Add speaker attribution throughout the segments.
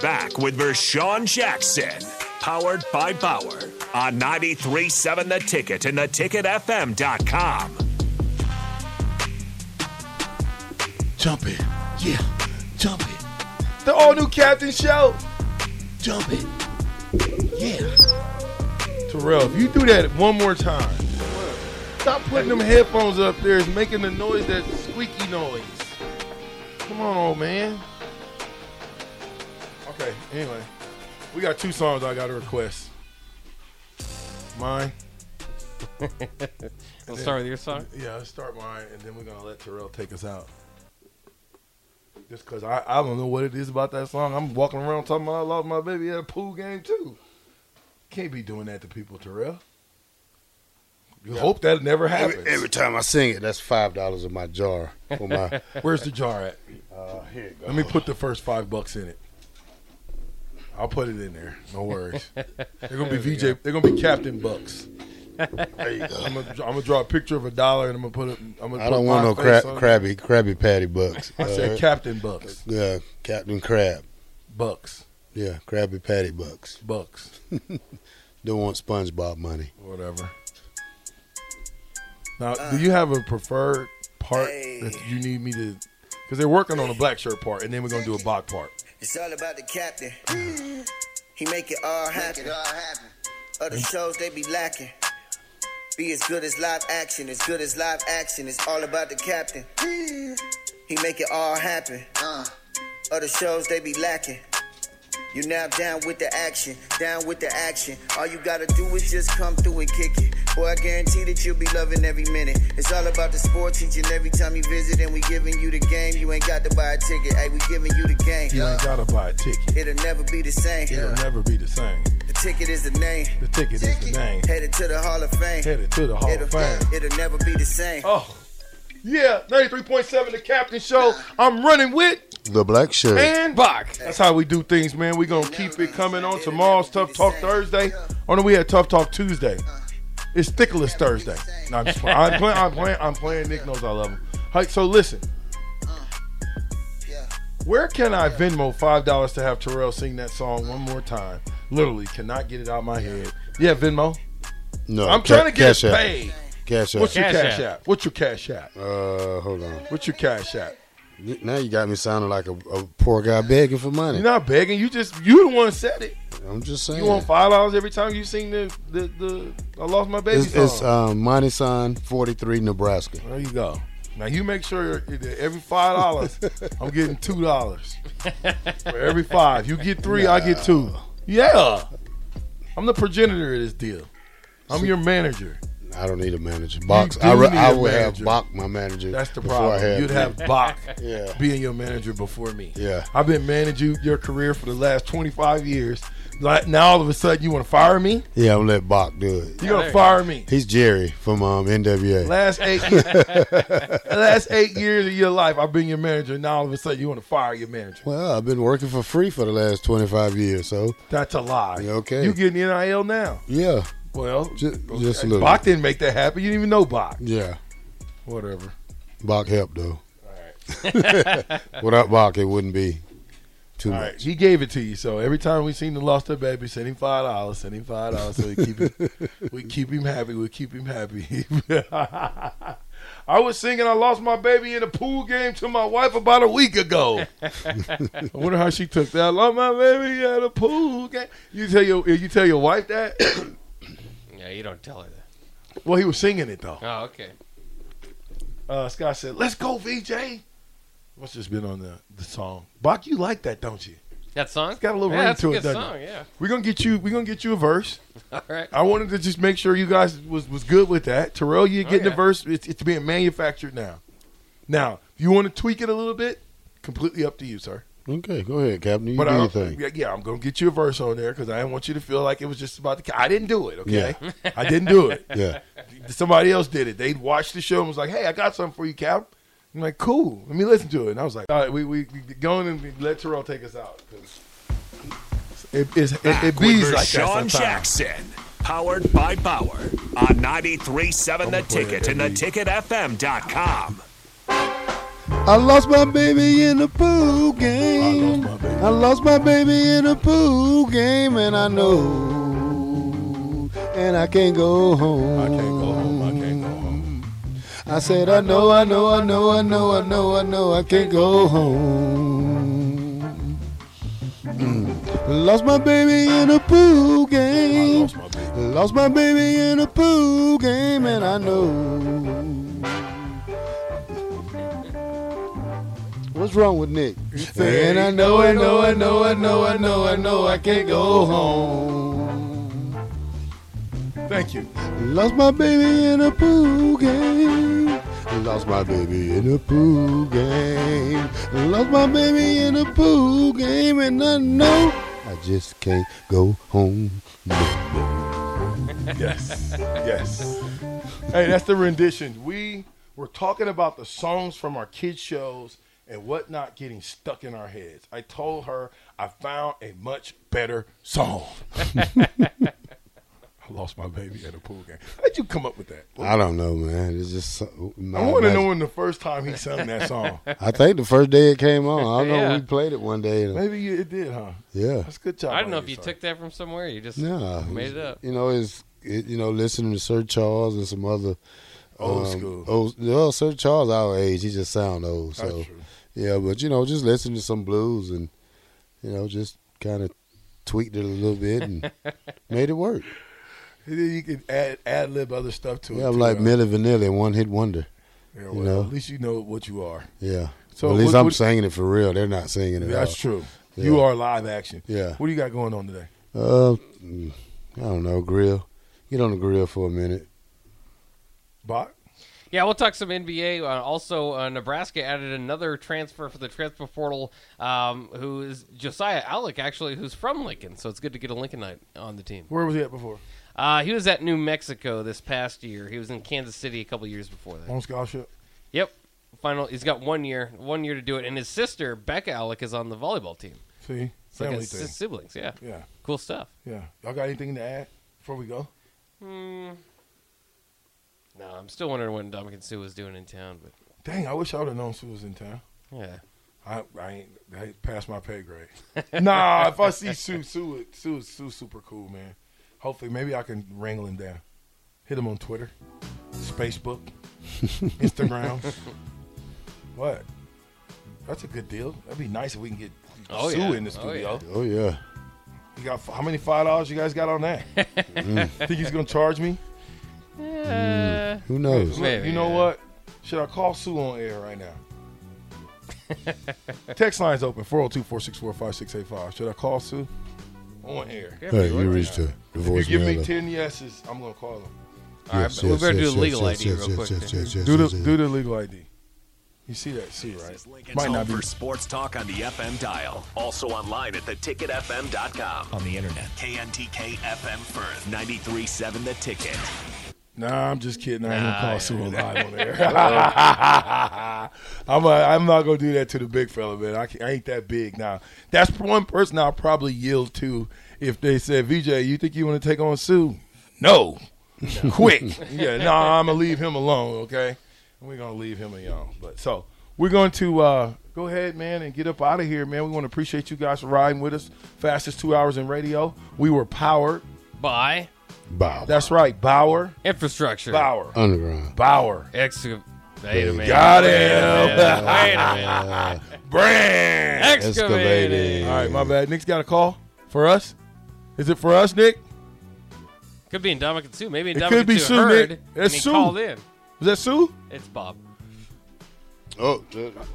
Speaker 1: back with Vershawn Jackson, powered by Power on 937 The Ticket and theticketfm.com.
Speaker 2: Jump it. Yeah. Jump it. The all new Captain Show. Jump it. Yeah. Terrell, if you do that one more time, stop putting them headphones up there. It's making the noise, that squeaky noise. Come on, old man. Okay, anyway. We got two songs I got to request. Mine.
Speaker 3: Let's start with your song.
Speaker 2: Yeah, let's start mine, and then we're gonna let Terrell take us out. Just cause I, I don't know what it is about that song. I'm walking around talking about I lost my baby at a pool game too. Can't be doing that to people, Terrell. You hope that never happens.
Speaker 4: Every, every time I sing it, that's five dollars in my jar for my.
Speaker 2: Where's the jar at? Oh,
Speaker 4: uh, here you go.
Speaker 2: Let me put the first five bucks in it. I'll put it in there. No worries. they're gonna be VJ. They're gonna be Captain Bucks.
Speaker 4: There you go.
Speaker 2: I'm gonna, I'm gonna draw a picture of a dollar and I'm gonna put it. I'm gonna
Speaker 4: I
Speaker 2: put
Speaker 4: don't
Speaker 2: my
Speaker 4: want no
Speaker 2: face
Speaker 4: crab,
Speaker 2: on it.
Speaker 4: crabby, crabby patty bucks.
Speaker 2: I said
Speaker 4: Uh,
Speaker 2: Captain Bucks.
Speaker 4: yeah, Captain Crab.
Speaker 2: Bucks.
Speaker 4: Yeah, Krabby Patty bucks.
Speaker 2: Bucks.
Speaker 4: Don't want SpongeBob money.
Speaker 2: whatever. Now, do you have a preferred part that you need me to? Because they're working on a black shirt part, and then we're gonna do a Bach part.
Speaker 5: It's all about the captain. He make it all happen. Other shows they be lacking. Be as good as live action, as good as live action. It's all about the captain. He make it all happen. Other shows they be lacking. You now down with the action, down with the action. All you gotta do is just come through and kick it. Boy, I guarantee that you'll be loving every minute. It's all about the sport teaching every time you visit, and we giving you the game. You ain't got to buy a ticket. Hey, we giving you the game.
Speaker 2: You ain't gotta buy a ticket.
Speaker 5: It'll never be the same.
Speaker 2: It'll never be the same.
Speaker 5: The ticket is the name.
Speaker 2: The ticket is the name.
Speaker 5: Headed to the Hall of Fame.
Speaker 2: Headed to the Hall
Speaker 5: it'll,
Speaker 2: of Fame.
Speaker 5: It'll never be the same.
Speaker 2: Oh, yeah, ninety-three point seven, the Captain Show. I'm running with
Speaker 4: The black shirt.
Speaker 2: and Bach. That's how we do things, man. We gonna keep it coming on tomorrow's Tough Talk Thursday. Oh no, we had Tough Talk Tuesday. It's Thickless Thursday. No, I'm just playing. I'm playing. I'm playing. I'm playing. Nick knows I love him. Hey, so listen.
Speaker 5: Yeah.
Speaker 2: Where can I Venmo five dollars to have Terrell sing that song one more time? Literally, cannot get it out of my head. Yeah, Venmo.
Speaker 4: no,
Speaker 2: I'm
Speaker 4: ca-
Speaker 2: trying to get
Speaker 4: cash
Speaker 2: it
Speaker 4: app.
Speaker 2: paid.
Speaker 4: Cash app.
Speaker 2: What's your
Speaker 3: Cash
Speaker 2: cash
Speaker 3: App.
Speaker 2: app? What's your cash app?
Speaker 4: uh, hold on.
Speaker 2: What's your cash app?
Speaker 4: Now you got me sounding like a, a poor guy begging for money.
Speaker 2: You're not begging. You just you the one said it.
Speaker 4: I'm just saying.
Speaker 2: You want five dollars every time you sing the the, the I lost my baby
Speaker 4: it's
Speaker 2: song.
Speaker 4: it's uh, um, Monty Sign 43 Nebraska.
Speaker 2: there you go. Now you make sure that every five dollars, I'm getting two dollars for every five. You get three, I get two. Yeah, I'm the progenitor of this deal. I'm your manager.
Speaker 4: I don't need a manager. Box.
Speaker 2: do
Speaker 4: I, re-
Speaker 2: need
Speaker 4: I
Speaker 2: a
Speaker 4: would
Speaker 2: manager.
Speaker 4: have Bach my manager.
Speaker 2: That's the
Speaker 4: before
Speaker 2: problem.
Speaker 4: I had
Speaker 2: You'd
Speaker 4: me.
Speaker 2: have Bach
Speaker 4: Yeah.
Speaker 2: being your manager before me.
Speaker 4: Yeah.
Speaker 2: I've been managing your career for the last 25 years. Like now, all of a sudden, you want to fire me?
Speaker 4: Yeah, I'm let Bach do it.
Speaker 2: You're
Speaker 3: there
Speaker 2: gonna
Speaker 3: you
Speaker 2: fire me?
Speaker 4: He's Jerry from um, NWA.
Speaker 2: Last eight, years, last eight years of your life, I've been your manager. Now all of a sudden, you want to fire your manager?
Speaker 4: well, I've been working for free for the last 25 years, so
Speaker 2: That's a lie.
Speaker 4: You okay?
Speaker 2: You getting nil now?
Speaker 4: yeah,
Speaker 2: Well,
Speaker 4: ju- just a little.
Speaker 2: Bach didn't make that happen. You didn't even know Bach.
Speaker 4: Yeah,
Speaker 2: Whatever.
Speaker 4: Bach helped though. Without Bach, it wouldn't be too
Speaker 2: All
Speaker 4: much.
Speaker 2: right, he gave it to you. So every time we seen the lost their baby, send him five dollars, send him five dollars. So we keep him, we keep him happy. We keep him happy. I was singing "I lost my baby in a pool game" to my wife about a week ago. I wonder how she took that. I lost my baby at a pool game. You tell your you tell your wife that.
Speaker 3: Yeah, you don't tell her that.
Speaker 2: Well, he was singing it though.
Speaker 3: Oh, okay.
Speaker 2: Uh, Scott said, "Let's go, VJ." What's just been on the the song? Bach, you like that, don't you?
Speaker 3: That song? It's
Speaker 2: got a little
Speaker 3: yeah,
Speaker 2: ring
Speaker 3: that's
Speaker 2: to
Speaker 3: a
Speaker 2: it,
Speaker 3: good
Speaker 2: doesn't it?
Speaker 3: song, Yeah.
Speaker 2: We're gonna get you. We're gonna get you a verse.
Speaker 3: All right.
Speaker 2: I wanted to just make sure you guys was, was good with that. Terrell, you're
Speaker 1: Oh,
Speaker 2: getting the
Speaker 3: yeah.
Speaker 2: verse. It's, it's being manufactured now. Now, if you want to tweak it a little bit, completely up to you, sir.
Speaker 4: Okay, go ahead, Captain. You
Speaker 2: But
Speaker 4: do
Speaker 2: I,
Speaker 4: your thing.
Speaker 2: yeah, yeah, I'm gonna get you a verse on there because I didn't want you to feel like it was just about the. ca- I didn't do it. Okay, I didn't do it.
Speaker 4: Yeah,
Speaker 2: Somebody else did it. They watched the show and was like, "Hey, I got something for you, Cap." I'm like, "Cool, let me listen to it." And I was like, "All right, we we, we go in and let Terrell take us out." 'cause It, it's- it, it,
Speaker 1: Back with
Speaker 2: bees like that
Speaker 1: Vershawn
Speaker 2: sometimes.
Speaker 1: Jackson, powered by Power on 937 The
Speaker 2: play it
Speaker 1: Ticket and
Speaker 2: every-
Speaker 1: theticketfm.com.
Speaker 4: I lost my baby in the pool
Speaker 2: I lost
Speaker 4: game.
Speaker 2: my baby.
Speaker 4: I lost my baby in a pool game, and I know, and I can't go home.
Speaker 2: I can't go home. I can't go home.
Speaker 4: I said, I know, I know, I know, I know, I know, I know, I can't go home. Mm. Lost my baby in a pool
Speaker 2: I
Speaker 4: game.
Speaker 2: lost my baby.
Speaker 4: Lost my baby in a pool game, and I know. What's wrong with Nick? And I know, I know, I know, I know, I know, I know, I can't go home.
Speaker 2: Thank you.
Speaker 4: Lost my baby in a pool game. Lost my baby in a pool game. Lost my baby in a pool game, and I know I just can't go home.
Speaker 2: Yes. yes. Hey, that's the rendition. We were talking about the songs from our kids' shows and whatnot getting stuck in our heads. I told her I found a much better song. I lost my baby at a pool game. How'd you come up with that?
Speaker 4: I don't know, man. It's just so-
Speaker 2: I want to know when the first time he sung that song.
Speaker 4: I think the first day it came on. I don't know.
Speaker 3: Yeah.
Speaker 4: We played it one day. and-
Speaker 2: Maybe you, it did, huh?
Speaker 4: yeah.
Speaker 2: That's a good job.
Speaker 3: I don't know
Speaker 2: on
Speaker 3: if you
Speaker 2: son.
Speaker 3: took that from somewhere. You just
Speaker 4: No.
Speaker 3: made it up.
Speaker 4: You know, it's it, you know listening to Sir Charles and some other
Speaker 2: old
Speaker 4: um,
Speaker 2: school.
Speaker 4: Old, well, Sir Charles our age. He just sound old. So
Speaker 2: That's true.
Speaker 4: yeah, but you know, just listen to some blues and you know, just kind of tweaked it a little bit and made it work.
Speaker 2: And then you could add ad lib other stuff to it.
Speaker 4: Yeah, I'm
Speaker 2: too, uh,
Speaker 4: like
Speaker 2: huh?
Speaker 4: Millie Vanilli, one hit wonder.
Speaker 2: Yeah,
Speaker 4: you
Speaker 2: well,
Speaker 4: know.
Speaker 2: At least you know what you are.
Speaker 4: Yeah.
Speaker 2: So
Speaker 4: So at least
Speaker 2: what-
Speaker 4: I'm
Speaker 2: what-
Speaker 4: singing it for real. They're not singing it. at
Speaker 2: That's
Speaker 4: all.
Speaker 2: true.
Speaker 4: Yeah.
Speaker 2: You are live action.
Speaker 4: Yeah.
Speaker 2: What do you got going on today?
Speaker 4: Uh, mm, I don't know. Grill. Get on the grill for a minute.
Speaker 2: Bot?
Speaker 3: Yeah, we'll talk some NBA. Uh, also, uh, Nebraska added another transfer for the transfer portal, um, who is Josiah Alec, actually, who's from Lincoln. So it's good to get a Lincolnite on the team.
Speaker 2: Where was he at before?
Speaker 3: Uh, he was at New Mexico this past year. He was in Kansas City a couple years before that.
Speaker 2: On scholarship.
Speaker 3: Yep. Final. He's got one year, one year to do it. And his sister Becca Alec is on the volleyball team.
Speaker 2: See?
Speaker 3: It's like
Speaker 2: Family
Speaker 3: his
Speaker 2: thing.
Speaker 3: sis- siblings. Yeah.
Speaker 2: Yeah.
Speaker 3: Cool stuff.
Speaker 2: Yeah. Y'all got anything to add before we go?
Speaker 3: No, I'm still wondering what Dominican Sue was doing in town, but
Speaker 2: Dang, I wish I would have known Sue was in town.
Speaker 3: yeah.
Speaker 2: I, I ain't I ain't past my pay grade. nah, if I see Sue, Sue, is- Sue, is- Sue, super cool, man. Hopefully, maybe I can wrangle him down. Hit him on Twitter, Facebook, Instagram. what? That's a good deal. That'd be nice if we can get
Speaker 3: Oh,
Speaker 2: Sue
Speaker 3: yeah.
Speaker 2: in the
Speaker 3: Oh,
Speaker 2: studio.
Speaker 4: Oh yeah.
Speaker 2: You got how many five dollars you guys got on that? Think he's gonna charge me?
Speaker 4: Who knows?
Speaker 2: Look,
Speaker 3: Maybe,
Speaker 2: you know
Speaker 3: yeah.
Speaker 2: what? Should I call Sue on air right now? Text line's open 402 464 5685. Should I call Sue? On air.
Speaker 4: Hey, you reached the, the
Speaker 2: If you give me
Speaker 4: voicemail.
Speaker 2: 10 yeses, I'm going to call him.
Speaker 3: All right, we better do a legal ID real quick.
Speaker 2: Do the, do the legal ID. You see that, Sue,
Speaker 1: This is
Speaker 2: right?
Speaker 1: Lincoln's
Speaker 2: Might
Speaker 1: home
Speaker 2: not be.
Speaker 1: for sports talk on the FM dial. Also online at theticketfm.com. On the internet. KNTK FM Firth. 93.7 The Ticket.
Speaker 2: Nah, I'm just kidding. I ain't going to call Sue on live on air. I'm, a, I'm not going to do that to the big fella, man. I, can, I ain't that big now. That's one person I'll probably yield to if they said, VJ, you think you want to take on Sue? No. quick. yeah, no, I'm gonna leave him alone, okay? We're gonna leave him alone. But so we're going to uh, go ahead, man, and get up out of here, man. We want to appreciate you guys for riding with us. Fastest two hours in radio. We were powered.
Speaker 3: By
Speaker 4: Bow.
Speaker 2: That's right, Bauer.
Speaker 3: infrastructure.
Speaker 2: Bauer.
Speaker 4: Uh, Underground.
Speaker 2: Bauer.
Speaker 3: Excavated man.
Speaker 2: Got him.
Speaker 3: Wait a minute.
Speaker 2: Brand.
Speaker 3: Excavated.
Speaker 4: Excavated.
Speaker 2: All right, my bad. Nick's got a call for us. Is it for us, Nick?
Speaker 3: Could be in Dominican Sue. Maybe in
Speaker 2: It
Speaker 3: Dominican
Speaker 2: could be
Speaker 3: Sue
Speaker 2: Sue,
Speaker 3: heard
Speaker 2: Nick.
Speaker 3: and
Speaker 2: It's
Speaker 3: he
Speaker 2: Sue.
Speaker 3: called in.
Speaker 2: Is that Sue?
Speaker 3: It's Bob.
Speaker 4: Oh,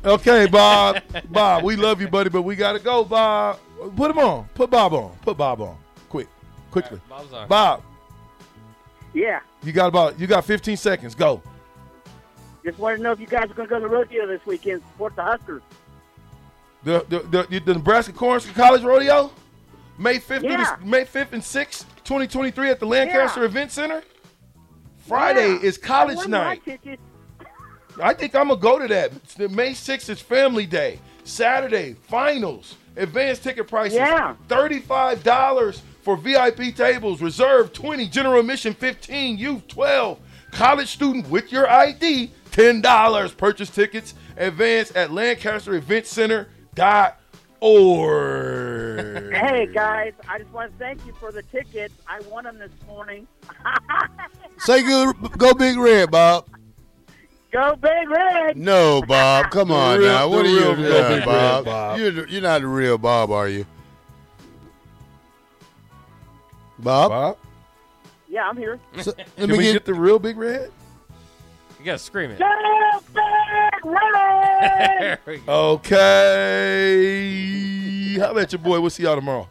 Speaker 4: uh,
Speaker 2: Okay, Bob. Bob, we love you, buddy, but we gotta go, Bob. Put him on. Put Bob on. Put Bob on. Quick, quickly.
Speaker 3: All right, Bob's on.
Speaker 2: Bob,
Speaker 6: Yeah.
Speaker 2: you got about you got 15 seconds. Go.
Speaker 6: Just wanted to know if you guys are going to go to rodeo this weekend. Support the Huskers.
Speaker 2: The the the, the Nebraska Cornhusker College Rodeo, May 5th through
Speaker 6: Yeah.
Speaker 2: the, May 5th and 6th, 2023 at the Lancaster
Speaker 6: Yeah.
Speaker 2: Event Center. Friday
Speaker 6: Yeah.
Speaker 2: is college
Speaker 6: One of my
Speaker 2: night.
Speaker 6: tickets.
Speaker 2: I think I'm gonna go to that. It's the- May 6th is family day. Saturday, finals. Advanced ticket prices.
Speaker 6: Yeah.
Speaker 2: $35 for VIP tables. Reserve 20. General admission 15. Youth 12. College student with your ID, $10. Purchase tickets events at lancastereventcenter.org.
Speaker 6: Hey guys, I just want to thank you for the tickets. I won them this morning.
Speaker 4: Say good, go big red, Bob.
Speaker 6: Go Big Red!
Speaker 4: No, Bob. Come on
Speaker 2: real-
Speaker 4: now. What
Speaker 2: the
Speaker 4: are you
Speaker 2: real
Speaker 4: doing,
Speaker 2: Go Big
Speaker 4: Bob?
Speaker 2: Red Bob.
Speaker 4: You're, the- you're not the real Bob, are you? Bob,
Speaker 2: Bob,
Speaker 6: Yeah, I'm here.
Speaker 4: So- let
Speaker 2: can
Speaker 4: me
Speaker 2: we
Speaker 4: get,
Speaker 2: get, the real big red?
Speaker 3: You gotta scream it.
Speaker 6: Go
Speaker 2: Mm.
Speaker 6: Big Red!
Speaker 3: There we go.
Speaker 2: Okay. How about your boy? We'll see y'all tomorrow.